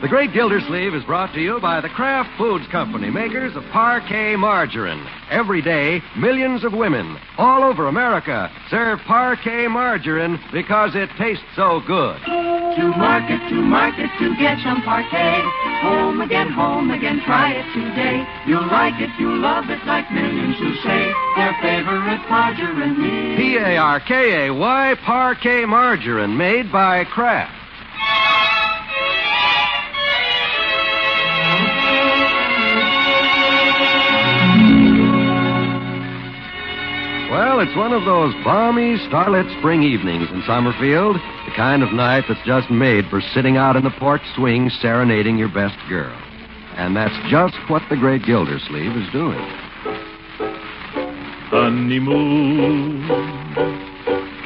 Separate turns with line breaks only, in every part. The Great Gildersleeve is brought to you by the Kraft Foods Company, makers of parquet margarine. Every day, millions of women all over America serve parquet margarine because it tastes so good.
To market, to market, to get some parquet. Home again, home again, try it today. You'll like it, you'll love it, like millions who say their favorite margarine is.
P A R K A Y parquet margarine made by Kraft. Well, it's one of those balmy, starlit spring evenings in Summerfield. The kind of night that's just made for sitting out in the porch swing serenading your best girl. And that's just what the great Gildersleeve is doing.
honeymoon.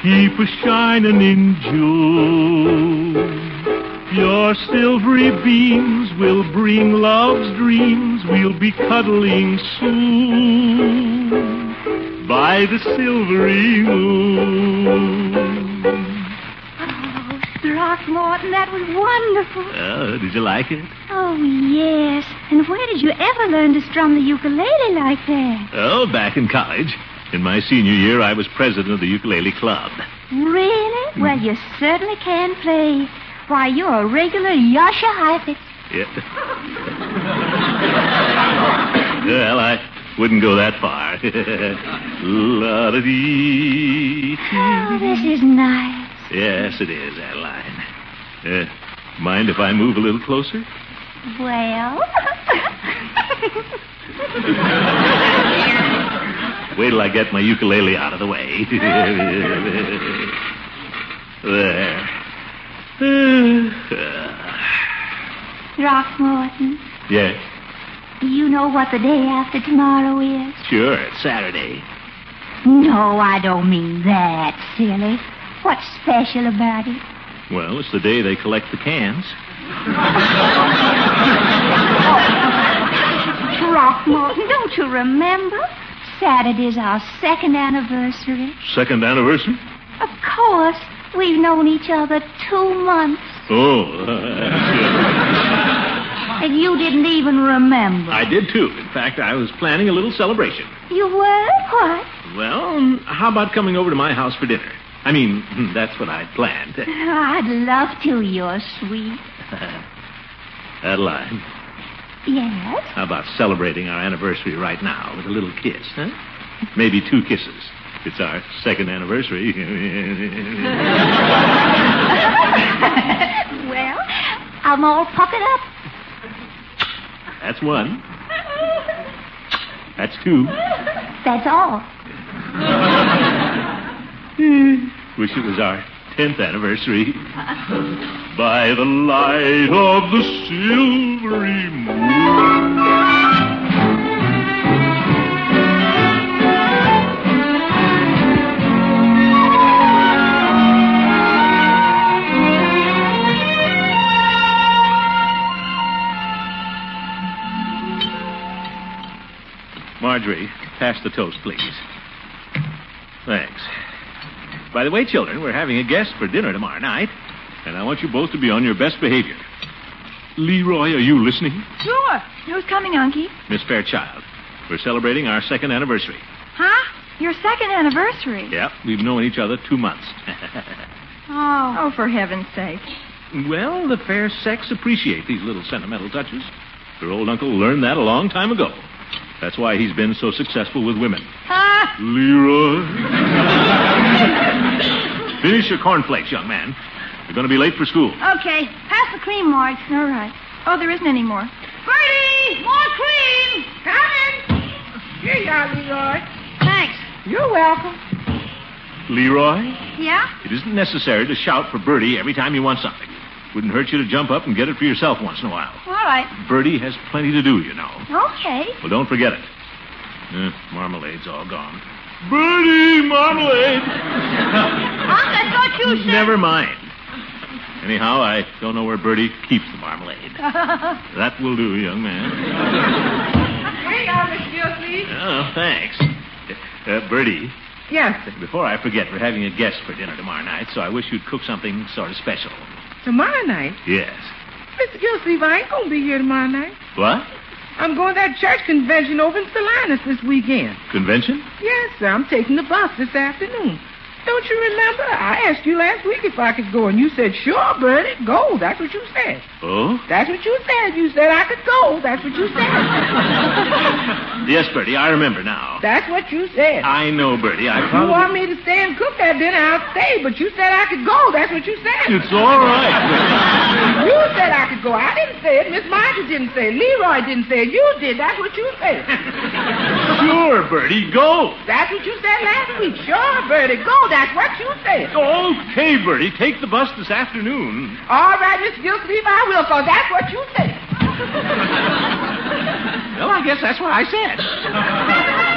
Keep a shining in June. Your silvery beams will bring love's dreams. We'll be cuddling soon by the silvery moon.
Oh, Throckmorton, that was wonderful.
Oh, did you like it?
Oh, yes. And where did you ever learn to strum the ukulele like that?
Oh, back in college. In my senior year, I was president of the ukulele club.
Really? Well, you certainly can play. Why, you're a regular Yasha Heifetz.
Yeah. well, I wouldn't go that far. La da dee.
Oh, this is nice.
Yes, it is, Adeline. Uh, mind if I move a little closer?
Well.
Wait till I get my ukulele out of the way. there. Uh,
Throckmorton,
yes,
do you know what the day after tomorrow is?
sure. It's Saturday.
No, I don't mean that, silly. What's special about it?
Well, it's the day they collect the cans.
Throckmorton, don't you remember? Saturday's our second anniversary.
Second anniversary?
Of course, we've known each other two months,
Oh,
and you didn't even remember.
I did too. In fact, I was planning a little celebration.
You were? What?
Well, um, how about coming over to my house for dinner? I mean, that's what I'd planned.
I'd love to, you're sweet.
Adeline,
Yes?
how about celebrating our anniversary right now with a little kiss, huh? Maybe two kisses. It's our second anniversary.
Well, I'm all puckered up.
that's one. That's two.
That's all. Hmm.
Wish it was our tenth anniversary. By the light of the silvery moon. Marjorie, pass the toast, please. Thanks. By the way, children, we're having a guest for dinner tomorrow night, and I want you both to be on your best behavior. Leroy, are you listening?
Sure. Who's coming, Unky?
Miss Fairchild, we're celebrating our second anniversary.
Huh? Your second anniversary.
Yeah, we've known each other two months.
Oh. Oh, for heaven's sake.
well, the fair sex appreciate these little sentimental touches. Your old uncle learned that a long time ago. That's why he's been so successful with women.
Ah,
Leroy. Finish your cornflakes, young man. You're going to be late for school.
Okay, pass the cream, Marge.
all right. Oh, there isn't any more.
Bertie, more cream! Coming!
Here you are, Leroy.
Thanks.
You're welcome.
Leroy,
Yeah?
it isn't necessary to shout for Bertie every time you want something. Wouldn't hurt you to jump up and get it for yourself once in a while.
All right.
Bertie has plenty to do, you know.
Okay.
Well, don't forget it. Eh, marmalade's all gone. Birdie Marmalade.
Unc, I thought you said.
Never mind. Anyhow, I don't know where Bertie keeps the marmalade. that will do, young man.
Here you are, Miss Gilsey.
Oh, thanks. Uh, Bertie,
Yes,
before I forget, we're having a guest for dinner tomorrow night, so I wish you'd cook something sort of special.
tomorrow night.
Yes.
Miss Gilsey, I ain't gonna be here tomorrow night.
What?
I'm going to that church convention over in Salinas this weekend.
Convention?
Yes, sir, I'm taking the bus this afternoon. Don't you remember? I asked you last week if I could go, and you said, sure, Bertie, go. That's what you said.
Oh?
That's what you said. You said I could go. That's what you said.
Yes, Bertie, I remember now.
That's what you said.
I know, Bertie. I
You
probably.
want me to stay and cook that dinner, I'll stay, but you said I could go. That's what you said.
It's all right.
You said I could go. I didn't say it. Miss Margaret didn't say it. Leroy didn't say it. You did. That's what you said.
sure, Bertie, go.
That's what you said last week. Sure, Bertie, go. That's what you said.
Okay, Bertie, take the bus this afternoon.
All right, Miss Gilsleeve, I will, because that's what you said.
Well, I guess that's what I said.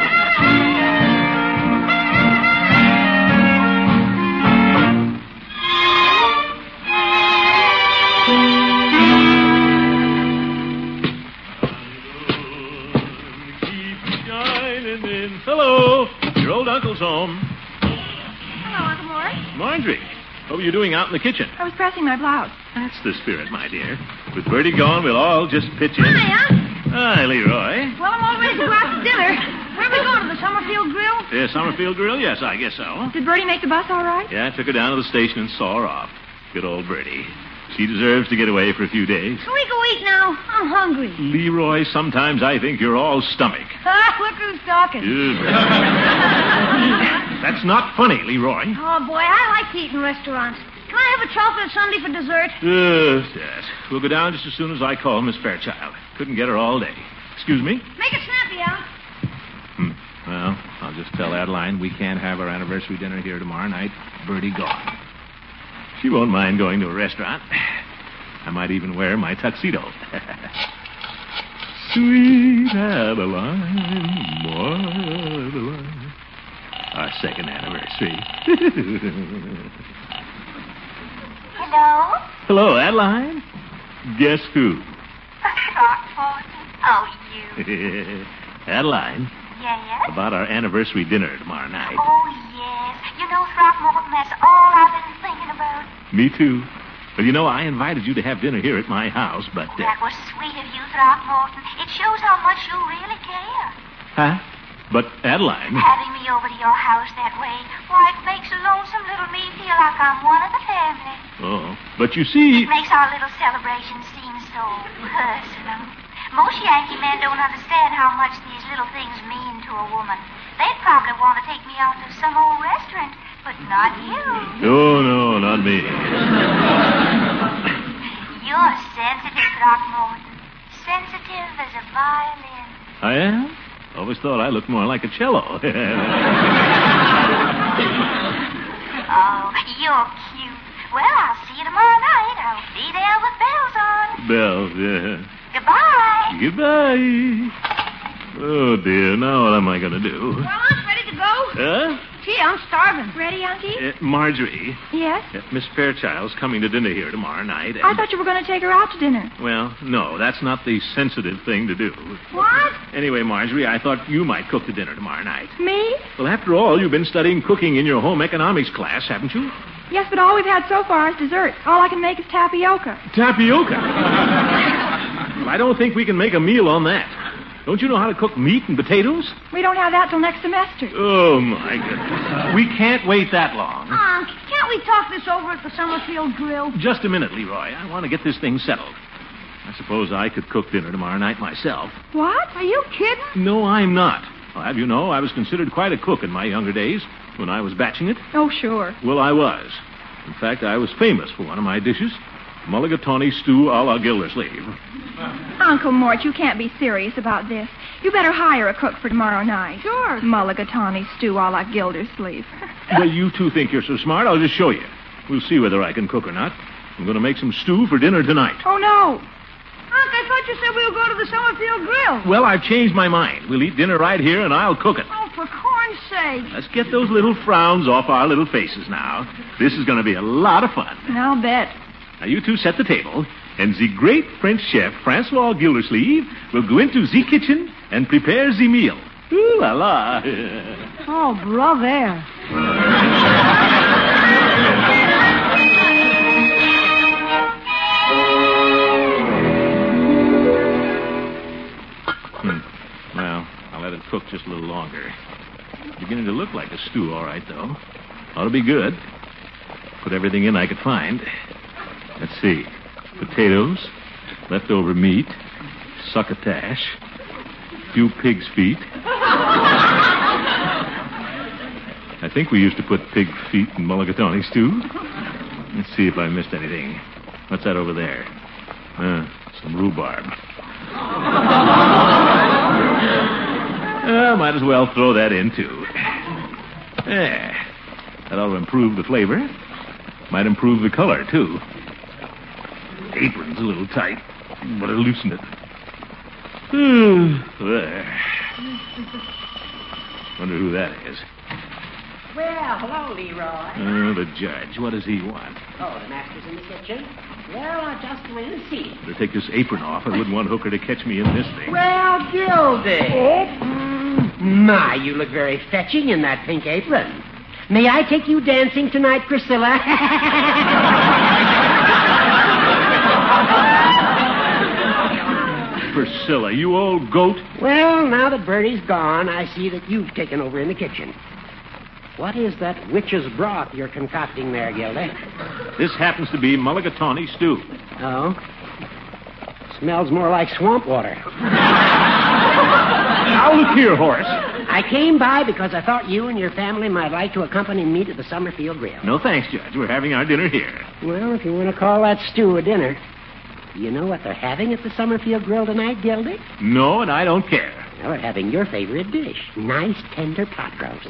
Keep shining in. Hello, your old uncle's home.
Hello, Uncle Morris.
Marjorie, what were you doing out in the kitchen?
I was pressing my blouse.
That's the spirit, my dear. With Bertie gone, we'll all just pitch in.
Hi, Unc.
Hi, Leroy.
Well, I'm all ready to go out to dinner. Where we going to the Summerfield Grill?
Yeah, Summerfield Grill? Yes, I guess so.
Did Bertie make the bus all right?
Yeah, I took her down to the station and saw her off. Good old Bertie. She deserves to get away for a few days.
Can we go eat now? I'm hungry.
Leroy, sometimes I think you're all stomach.
Ah, look who's talking.
Ew. That's not funny, Leroy.
Oh, boy, I like to eat in restaurants. Can I have a chocolate sundae for dessert?
Yes, yes. We'll go down just as soon as I call Miss Fairchild. Couldn't get her all day. Excuse me?
Make it snappy, Al.
Hmm. Well, I'll just tell Adeline we can't have our anniversary dinner here tomorrow night. Bertie gone. She won't mind going to a restaurant. I might even wear my tuxedo. Sweet Adeline, my Adeline. Our second anniversary.
Hello?
Hello, Adeline. Guess who?
oh, you.
Adeline,
Yes?
about our anniversary dinner tomorrow night.
Oh, yes. You know, Throckmorton, that's all I've been thinking about.
Me too. Well, you know, I invited you to have dinner here at my house, but. Uh,
That was sweet of you, Throckmorton. It shows how much you really care.
huh? But, Adeline.
Having me over to your house that way, why, it makes lonesome little me feel like I'm one of the family.
Oh. But you see.
It makes our little celebration seem so personal. Most Yankee men don't understand how much these little things mean to a woman. They'd probably want to take me out to some old restaurant, but not you.
Oh, no, not me.
You're sensitive, Throckmorton. Sensitive as a violin.
I am? Always thought I looked more like a cello.
Oh, you're cute. Well, I'll see you tomorrow night. I'll be there with bells on.
Bells, yeah.
Goodbye.
Goodbye. Oh, dear. Now what am I going to do?
Well, I'm ready to go.
Huh?
Gee, I'm starving.
Ready, Unky?
Uh, Marjorie,
Yes.
uh, Miss Fairchild's coming to dinner here tomorrow night.
I
and-
thought you were going to take her out to dinner.
Well, no, that's not the sensitive thing to do.
What?
Anyway, Marjorie, I thought you might cook the dinner tomorrow night.
Me?
Well, after all, you've been studying cooking in your home economics class, haven't you?
Yes, but all we've had so far is dessert. All I can make is tapioca.
Tapioca. well, I don't think we can make a meal on that. Don't you know how to cook meat and potatoes?
We don't have that till next semester.
Oh, my goodness. We can't wait that long.
Unc, can't we talk this over at the Summerfield Grill?
Just a minute, Leroy. I want to get this thing settled. I suppose I could cook dinner tomorrow night myself.
What? Are you kidding?
No, I'm not. I'll have you know, I was considered quite a cook in my younger days when I was batching it.
Oh, sure.
Well, I was. In fact, I was famous for one of my dishes mulligatawny stew a la Gildersleeve.
Uncle Mort, you can't be serious about this. You better hire a cook for tomorrow night. Sure. Mulligatawny stew a la Gildersleeve.
well, you two think you're so smart, I'll just show you. We'll see whether I can cook or not. I'm going to make some stew for dinner tonight.
oh, no.
Unc, I thought you said we were going to the Summerfield Grill.
Well, I've changed my mind. We'll eat dinner right here, and I'll cook it.
Oh, for corn's
heaven's sake.
Let's get those little frowns off our little faces now. This is going to be a lot of fun.
I'll bet.
Now, you two set the table, and the great French chef, Francois Gildersleeve, will go into the kitchen and prepare the meal. Ooh la la.
Oh, brother.
Hmm. Well, I'll let it cook just a little longer. It's beginning to look like a stew, all right, though. Ought to be good. Put everything in I could find. Let's see. Potatoes, leftover meat, succotash, few pig's feet. I think we used to put pig feet in mulligatawny stew. Let's see if I missed anything. What's that over there? Uh, some rhubarb. Uh, might as well throw that in, too. There. Eh, That'll improve the flavor. Might improve the color, too. Apron's a little tight, but it'll loosen it. Hmm, there. Wonder who that is.
Well, hello, Leroy.
Uh, the judge. What does he want?
Oh, the master's in the kitchen. Well, I just went in to see him.
Better take this apron off. I wouldn't want Hooker to catch me in this thing.
Well, Gildy.
Oh.
Mm, My, you look very fetching in that pink apron. May I take you dancing tonight, Priscilla?
Priscilla, you old goat.
well, now that Bertie's gone, I see that you've taken over in the kitchen. What is that witch's broth you're concocting there, Gildy?
This happens to be mulligatawny stew.
Oh? Smells more like swamp water.
Now look here, Horace.
I came by because I thought you and your family might like to accompany me to the Summerfield Grill.
No thanks, Judge. We're having our dinner here.
Well, if you want to call that stew a dinner. Do you know what they're having at the Summerfield Grill tonight, Gildy?
No, and I don't care.
Well, they're having your favorite dish nice, tender pot roast.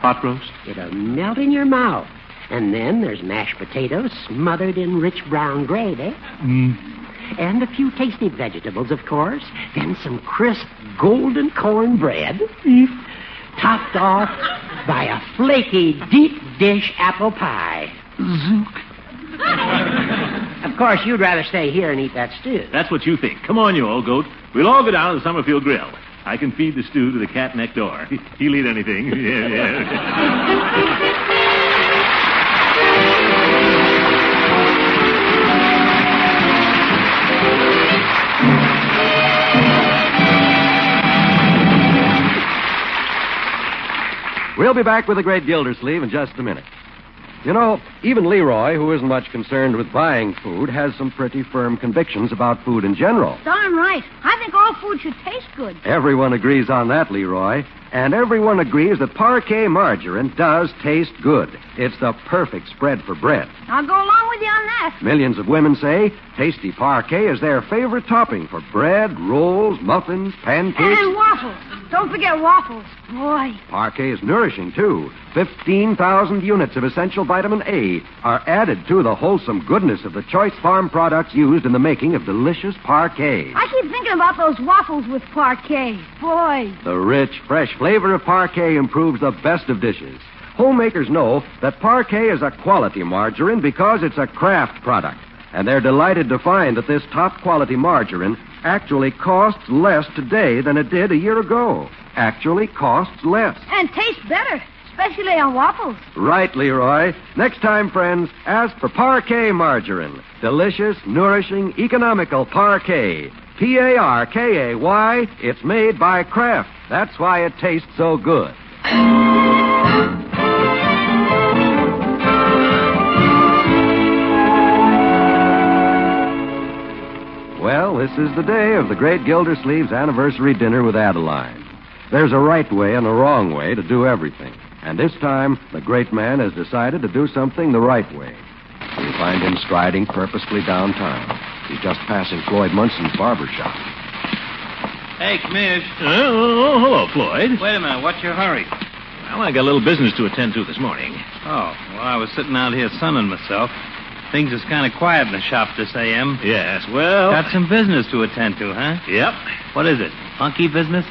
Pot roast?
It'll melt in your mouth. And then there's mashed potatoes smothered in rich brown gravy. And a few tasty vegetables, of course. Then some crisp golden corn bread. Topped off by a flaky deep dish apple pie. Zook. of course, you'd rather stay here and eat that stew.
That's what you think. Come on, you old goat. We'll all go down to the Summerfield Grill. I can feed the stew to the cat next door. He'll eat anything. Yeah, yeah.
We'll be back with the great Gildersleeve in just a minute. You know, even Leroy, who isn't much concerned with buying food, has some pretty firm convictions about food in general.
Darn right. I think all food should taste good.
Everyone agrees on that, Leroy. And everyone agrees that parquet margarine does taste good. It's the perfect spread for bread.
I'll go along with you on that.
Millions of women say tasty parquet is their favorite topping for bread, rolls, muffins, pancakes.
And waffles. Don't forget waffles. Boy.
Parquet is nourishing, too. 15,000 units of essential vitamin A are added to the wholesome goodness of the choice farm products used in the making of delicious parquet.
I keep thinking about those waffles with parquet. Boy.
The rich, fresh flavor of parquet improves the best of dishes. Homemakers know that parquet is a quality margarine because it's a craft product, and they're delighted to find that this top quality margarine actually costs less today than it did a year ago. Actually costs less.
And tastes better, especially on waffles.
Right, Leroy. Next time, friends, ask for Parquet Margarine. Delicious, nourishing, economical Parquet. P A R K A Y. It's made by Kraft. That's why it tastes so good. Well, this is the day of the great Gildersleeve's anniversary dinner with Adeline. There's a right way and a wrong way to do everything. And this time, the great man has decided to do something the right way. We find him striding purposely downtown. He's just passing Floyd Munson's barber shop.
Hey, Commish.
Oh, hello, Floyd.
Wait a minute. What's your hurry?
Well, I got a little business to attend to this morning.
Oh, well, I was sitting out here sunning myself. Things is kind of quiet in the shop this AM.
Yes, well.
Got some business to attend to, huh?
Yep.
What is it? Funky business?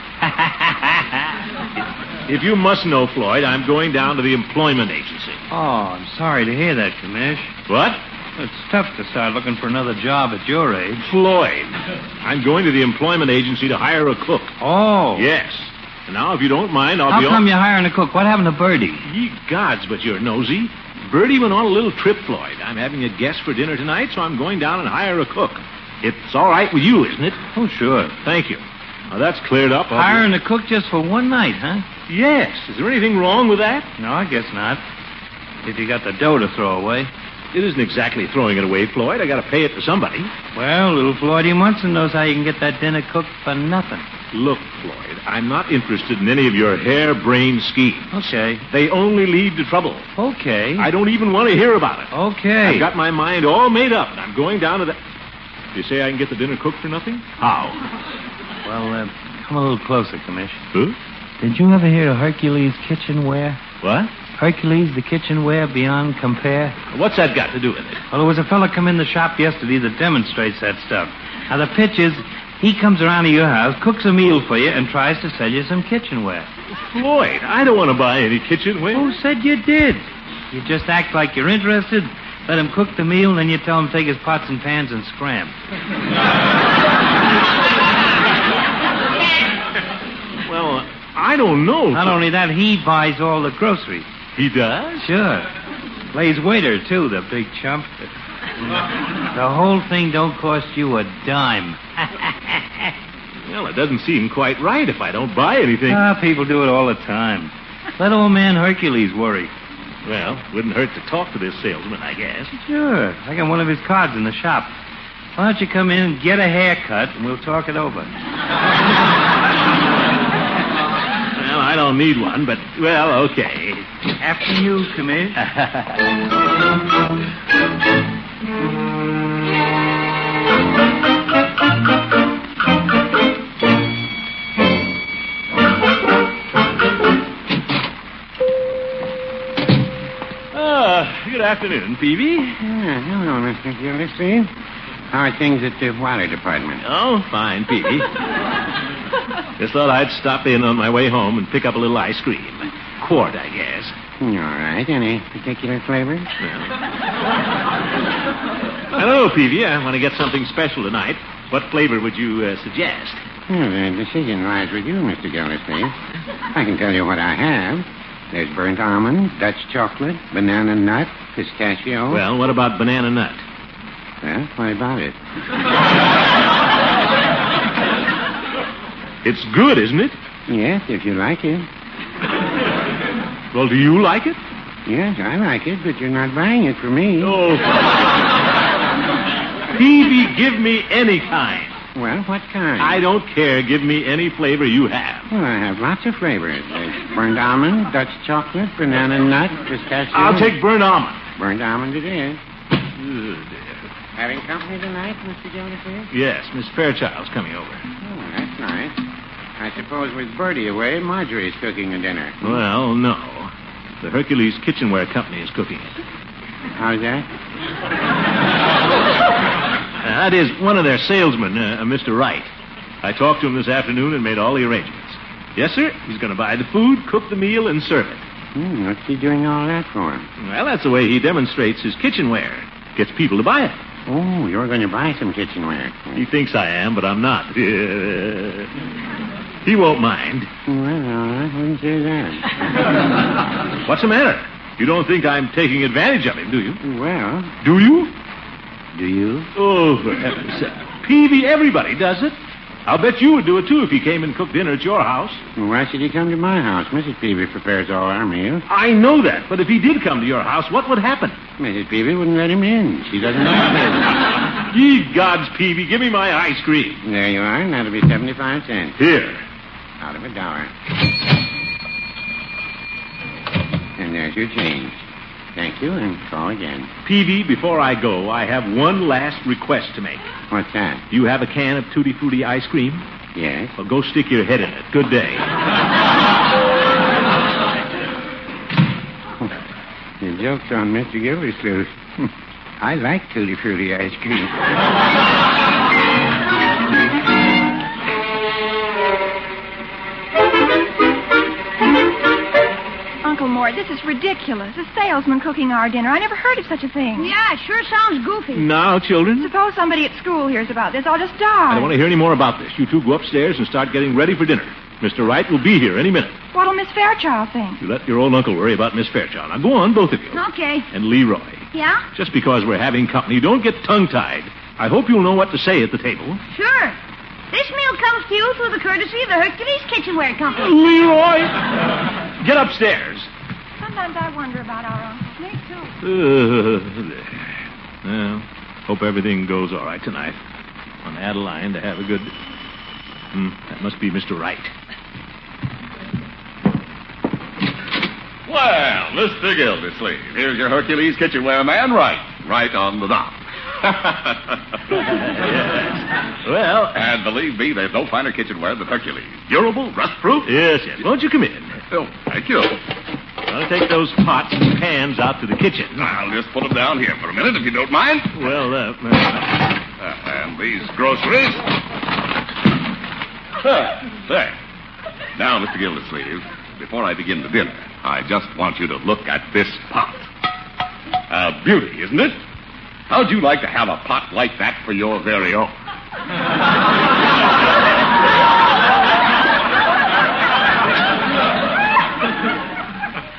If you must know, Floyd, I'm going down to the employment agency.
Oh, I'm sorry to hear that, Commish.
What?
It's tough to start looking for another job at your age.
Floyd, I'm going to the employment agency to hire a cook.
Oh.
Yes. And now, if you don't mind, I'll
How
be
come
on.
you're hiring a cook? What happened to Birdie?
Ye gods, but you're nosy. Bertie went on a little trip, Floyd. I'm having a guest for dinner tonight, so I'm going down and hire a cook. It's all right with you, isn't it?
Oh, sure.
Thank you. Now, that's cleared up. I'll be-
Hiring a cook just for one night, huh?
Yes. Is there anything wrong with that?
No, I guess not. If you got the dough to throw away.
It isn't exactly throwing it away, Floyd. I got to pay it to somebody.
Well, little Floydie Munson knows how you can get that dinner cooked for nothing.
Look, Floyd, I'm not interested in any of your harebrained schemes.
Okay.
They only lead to trouble.
Okay.
I don't even want to hear about it.
Okay.
I've got my mind all made up, and I'm going down to the. You say I can get the dinner cooked for nothing? How?
Well, uh, come a little closer, Commish.
Huh?
Did you ever hear of Hercules Kitchenware?
What?
Hercules, the kitchenware beyond compare?
What's that got to do with it?
Well, there was a fellow come in the shop yesterday that demonstrates that stuff. Now, the pitch is he comes around to your house, cooks a meal for you, and tries to sell you some kitchenware.
Floyd, I don't want to buy any kitchenware.
Who said you did? You just act like you're interested, let him cook the meal, and then you tell him to take his pots and pans and scram.
Well, I don't know.
Not only that, he buys all the groceries.
He does?
Sure. Plays waiter, too, the big chump. the whole thing don't cost you a dime.
Well, it doesn't seem quite right if I don't buy anything.
Ah, people do it all the time. Let old man Hercules worry.
well, wouldn't hurt to talk to this salesman, I guess.
Sure. I got one of his cards in the shop. Why don't you come in and get a haircut, and we'll talk it over.
Well, I don't need one, but, well, okay.
After you, Commish.
Ah, good afternoon, Peavy.
Ah, hello, Mr. Gildersleeve. How are things at the water department?
Oh, fine, Peavy. Just thought I'd stop in on my way home and pick up a little ice cream. Quart, I guess.
Hmm, All right. Any particular flavor?
I don't know, Peavy. I want to get something special tonight. What flavor would you uh, suggest?
Well, the decision lies with you, Mr. Gildersleeve. I can tell you what I have. There's burnt almond, Dutch chocolate, banana nut, pistachio.
Well, what about banana nut?
Well, what about it?
It's good, isn't it?
Yes, if you like it.
Well, do you like it?
Yes, I like it, but you're not buying it for me.
Oh. Peavy, give me any kind.
Well, what kind?
I don't care. Give me any flavor you have.
Well, I have lots of flavors. There's burnt almond, Dutch chocolate, banana nut, pistachio.
I'll take burnt almond.
burnt almond. It is.
Oh, dear.
Having company tonight, Mr. Gildersleeve?
Yes, Miss Fairchild's coming over.
Oh, that's nice. I suppose with Bertie away, Marjorie's cooking the dinner.
Well, no. The Hercules Kitchenware Company is cooking it.
How's that?
Uh, that is one of their salesmen, uh, uh, Mr. Wright. I talked to him this afternoon and made all the arrangements. Yes, sir. He's going to buy the food, cook the meal, and serve it.
Hmm, what's he doing all that for?
Well, that's the way he demonstrates his kitchenware. Gets people to buy it.
Oh, you're going to buy some kitchenware.
He thinks I am, but I'm not. he won't mind.
Well, I wouldn't say that.
What's the matter? You don't think I'm taking advantage of him, do you?
Well,
Do you?
do you?
Oh, for heaven's sake. Peavy, everybody does it. I'll bet you would do it, too, if he came and cooked dinner at your house.
Why should he come to my house? Mrs. Peavy prepares all our meals.
I know that, but if he did come to your house, what would happen?
Mrs. Peavy wouldn't let him in. She doesn't like that.
Ye gods, Peavy, give me my ice cream.
There you are, and that'll be 75 cents
Here.
out of a dollar. And there's your change. Thank you, and call again.
Peavy, before I go, I have one last request to make.
What's that?
Do you have a can of Tutti Frutti ice cream?
Yes?
Well, go stick your head in it. Good day.
The joke's on Mr. Gildersleeve. I like Tutti Frutti ice cream.
Thank you.
Uncle Mort, this is ridiculous. A salesman cooking our dinner. I never heard of such a thing. Yeah, it sure sounds goofy.
Now, children,
Suppose somebody at school hears about this. I'll just die.
I don't want to hear any more about this. You two go upstairs and start getting ready for dinner. Mr. Wright will be here any minute.
What'll Miss Fairchild think?
You let your old uncle worry about Miss Fairchild. Now, go on, both of you.
Okay.
And Leroy,
Yeah?
just because we're having company, don't get tongue-tied. I hope you'll know what to say at the table.
Sure. This meal comes to you through the courtesy of the Hercules Kitchenware Company.
Leroy! Get upstairs.
Sometimes I wonder about our uncle. Me too.
Uh, well, hope everything goes all right tonight. On Adeline to have a good. Hmm, that must be Mr. Wright.
Well, Mr. Gildersleeve, here's your Hercules kitchenware man, right, right on the dot.
Well,
and believe me, there's no finer kitchenware than Hercules. Durable, rust-proof.
Yes, yes. Won't you come in?
Oh, thank you.
I'll take those pots and pans out to the kitchen.
I'll just put them down here for a minute, if you don't mind.
Well, uh, uh,
Uh, and these groceries. Huh, there. Now, Mr. Gildersleeve, before I begin the dinner, I just want you to look at this pot. A beauty, isn't it? How'd you like to have a pot like that for your very own?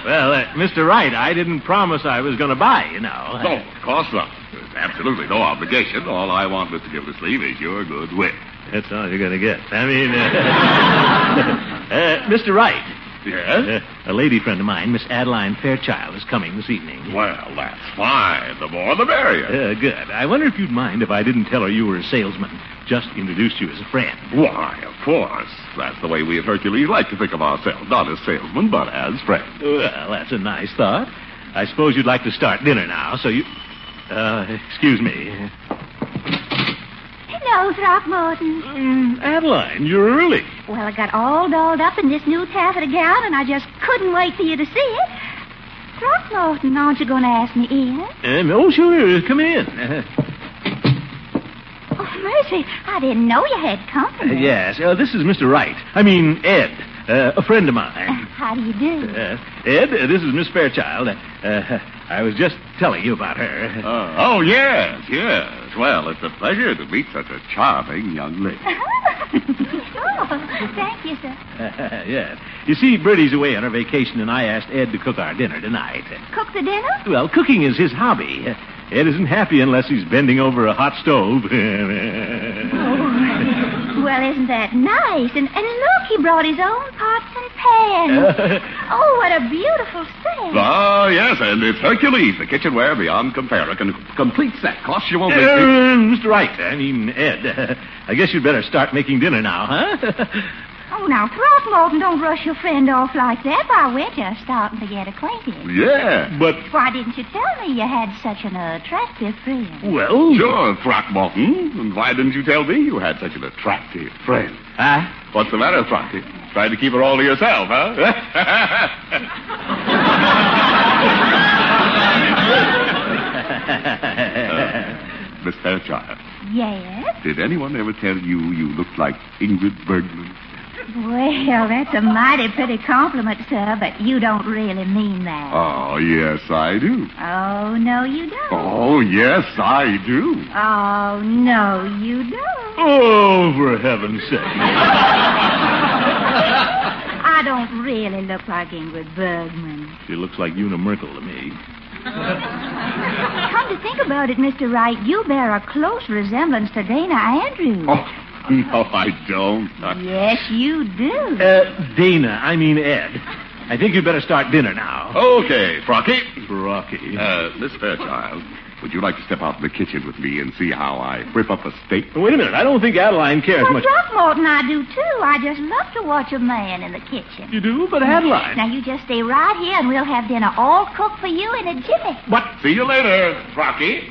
well, uh, Mr. Wright, I didn't promise I was going to buy, you know.
No, of course not. There's absolutely no obligation. All I want, Mr. Gildersleeve, is your good will.
That's all you're going to get. I mean, uh, uh, Mr. Wright.
Yes?
Uh, a lady friend of mine, Miss Adeline Fairchild, is coming this evening.
Well, that's fine. The more the merrier.
Uh, good. I wonder if you'd mind if I didn't tell her you were a salesman. Just introduced you as a friend.
Why, of course. That's the way we at Hercules like to think of ourselves. Not as salesmen, but as friends.
Well, that's a nice thought. I suppose you'd like to start dinner now, so you. Uh, excuse me.
Hello, Throckmorton.
Adeline, you're early.
Mm. Well, I got all dolled up in this new taffeta gown, and I just couldn't wait for you to see it. Throckmorton, aren't you going to ask me in?
Um, oh, sure. Come in. Uh,
Oh, mercy, I didn't know you had company.
yes, uh, this is Mr. Wright. I mean, Ed, uh, a friend of mine.
How do you do?
Uh, Ed, uh, this is Miss Fairchild. Uh, uh, I was just telling you about her.
Oh, yes, yes. Well, it's a pleasure to meet such a charming young lady.
oh, thank you, sir.
yes. You see, Bertie's away on her vacation, and I asked Ed to cook our dinner tonight.
Cook the dinner?
Well, cooking is his hobby. Ed isn't happy unless he's bending over a hot stove.
Oh. Well, isn't that nice? And, and look, he brought his own pots and pans. oh, what a beautiful set.
Oh, yes, and it's Hercules, the kitchenware beyond compare. A con- complete set. Cost you
Uh,
only...
Mr. Wright, I mean Ed. I guess you'd better start making dinner now, huh?
Oh, now, Throckmorton, don't rush your friend off like that. Why, we're just starting to get acquainted.
Yeah.
But
Why didn't you tell me you had such an attractive friend?
well,
Sure, Throckmorton. And why didn't you tell me you had such an attractive friend?
Huh?
What's the matter, Throcky? Trying to keep her all to yourself, huh? Uh, Miss Fairchild,
Yes?
did anyone ever tell you you looked like Ingrid Bergman?
Well, that's a mighty pretty compliment, sir, but you don't really mean that.
Oh, yes, I do.
Oh, no, you don't.
Oh, yes, I do.
Oh, no, you don't.
oh, for heaven's sake.
I don't really look like Ingrid Bergman.
She looks like Una Merkel to me.
Come to think about it, Mr. Wright, you bear a close resemblance to Dana Andrews.
Oh, no, I don't.
Yes, you do.
Uh, Dana, I mean Ed. I think you'd better start dinner now.
Okay, Throcky.
Rocky.
Uh, Miss Fairchild, would you like to step out in the kitchen with me and see how I whip up a steak?
Wait a minute. I don't think Adeline cares
Well,
much.
Throckmorton, I do too. I just love to watch a man in the kitchen.
You do? But Adeline.
Now you just stay right here, and we'll have dinner all cooked for you in a jiffy.
What? See you later, Throcky.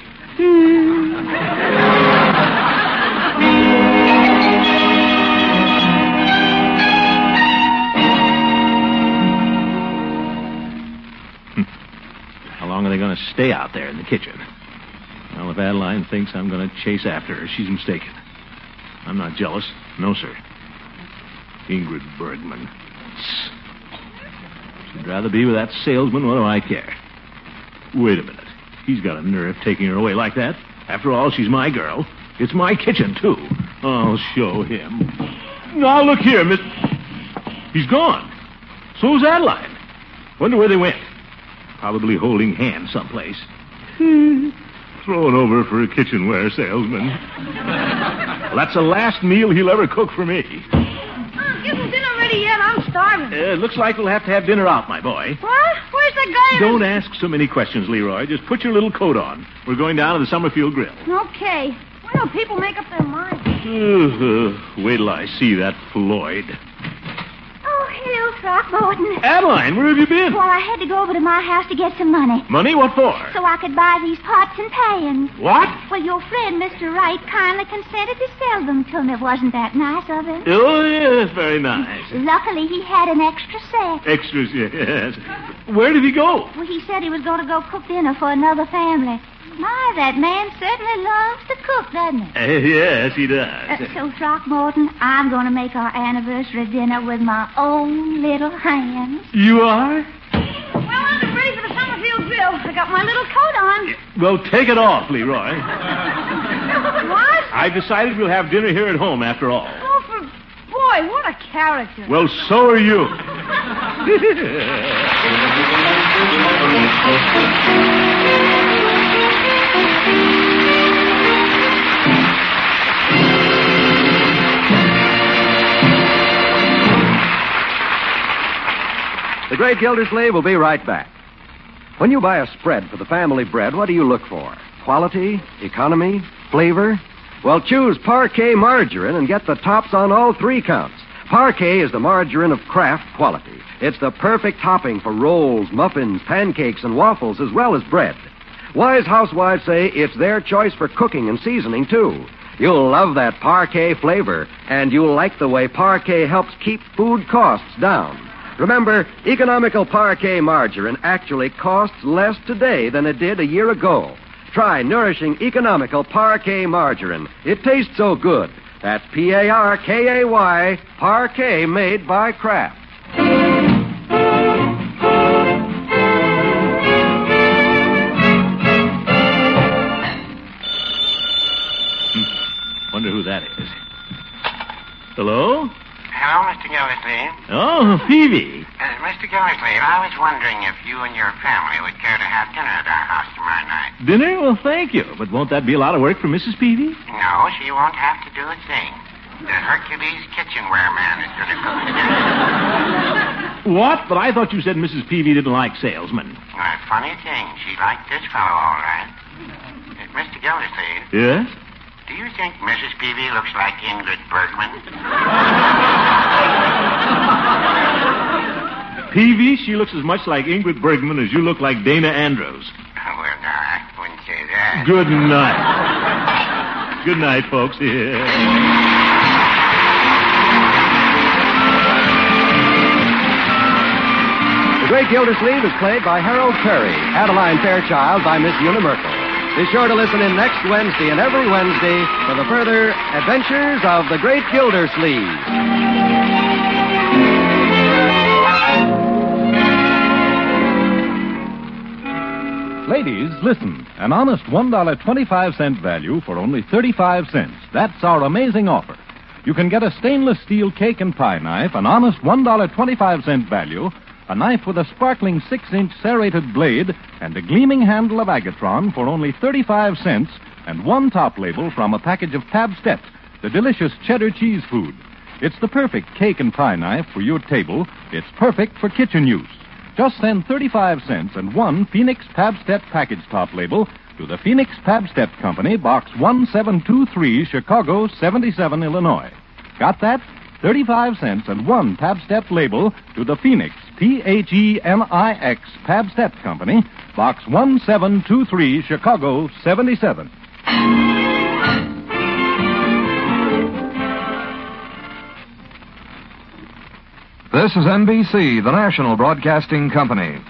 How long are they going to stay out there in the kitchen? Well, if Adeline thinks I'm going to chase after her, she's mistaken. I'm not jealous. No, sir. Ingrid Bergman. Tss. I'd rather be with that salesman. What do I care? Wait a minute. He's got a nerve taking her away like that. After all, she's my girl. It's my kitchen, too. I'll show him. Now, look here, Miss. He's gone. So's Adeline. Wonder where they went. Probably holding hands someplace. Hmm. Thrown over for a kitchenware salesman.
Hmm.
well, that's the last meal he'll ever cook for me.
Isn't dinner ready yet? I'm starving.
Uh, looks like we'll have to have dinner out, my boy.
What? Where's the guy?
Don't ask so many questions, Leroy. Just put your little coat on. We're going down to the Summerfield Grill.
Okay. Why don't people make up their minds?
Uh, wait till I see that Floyd.
Oh, hello, Throckmorton.
Adeline, where have you been?
Well, I had to go over to my house to get some money.
Money? What for?
So I could buy these pots and pans.
What?
Well, your friend, Mr. Wright, kindly consented to sell them to me. Wasn't that nice of him?
Oh, yes, very nice.
Luckily, he had an extra set.
Extras, yes. Where did he go?
Well, he said he was going to go cook dinner for another family. My, that man certainly loves to cook, doesn't he?
Eh, yes, he does.
Uh, so, Throckmorton, I'm going to make our anniversary dinner with my own little hands.
You are?
Well, I'm ready for the Summerfield Grill. I got my little coat on.
Well, take it off, Leroy.
what?
I've decided we'll have dinner here at home after all.
Oh, for boy, what a character.
Well, so are you.
The Great Gildersleeve will be right back. When you buy a spread for the family bread, what do you look for? Quality? Economy? Flavor? Well, choose Parquet margarine and get the tops on all three counts. Parquet is the margarine of craft quality. It's the perfect topping for rolls, muffins, pancakes, and waffles, as well as bread. Wise housewives say it's their choice for cooking and seasoning, too. You'll love that parquet flavor, and you'll like the way parquet helps keep food costs down. Remember, economical parquet margarine actually costs less today than it did a year ago. Try nourishing economical parquet margarine. It tastes so good. That's P A R K A Y, parquet made by Kraft.
Wonder who that is. Hello?
Hello, Mr. Gildersleeve.
Oh, Phoebe.
Uh, Mr. Gildersleeve, I was wondering if you and your family would care to have dinner at our house tomorrow night.
Dinner? Well, thank you. But won't that be a lot of work for Mrs. Peavy?
No, she won't have to do a thing. The Hercules kitchenware man is going to cook the dinner.
What? But I thought you said Mrs. Peavy didn't like salesmen.
Uh, funny thing, she liked this fellow all right. Uh, Mr. Gildersleeve,
Yes?
do you think Mrs. Peavy looks like Ingrid Bergman?
Peavy, she looks as much like Ingrid Bergman as you look like Dana Andrews.
Well, no, I wouldn't say that.
Good night. Good night, folks.
The Great Gildersleeve is played by Harold Perry, Adeline Fairchild by Miss Una Merkel. Be sure to listen in next Wednesday and every Wednesday for the further adventures of the Great Gildersleeve.
Ladies, listen. An honest $1.25 value for only 35 cents. That's our amazing offer. You can get a stainless steel cake and pie knife, an honest $1.25 value, a knife with a sparkling 6 inch serrated blade, and a gleaming handle of Agatron for only 35 cents, and one top label from a package of Tab Steps, the delicious cheddar cheese food. It's the perfect cake and pie knife for your table. It's perfect for kitchen use. Just send 35 cents and one Phoenix Pab Step package top label to the Phoenix Pab Step Company, Box 1723, Chicago 77, Illinois. Got that? 35 cents and one Pab Step label to the Phoenix, P H E N I X Pab Step Company, Box 1723, Chicago 77.
This is NBC, the national broadcasting company.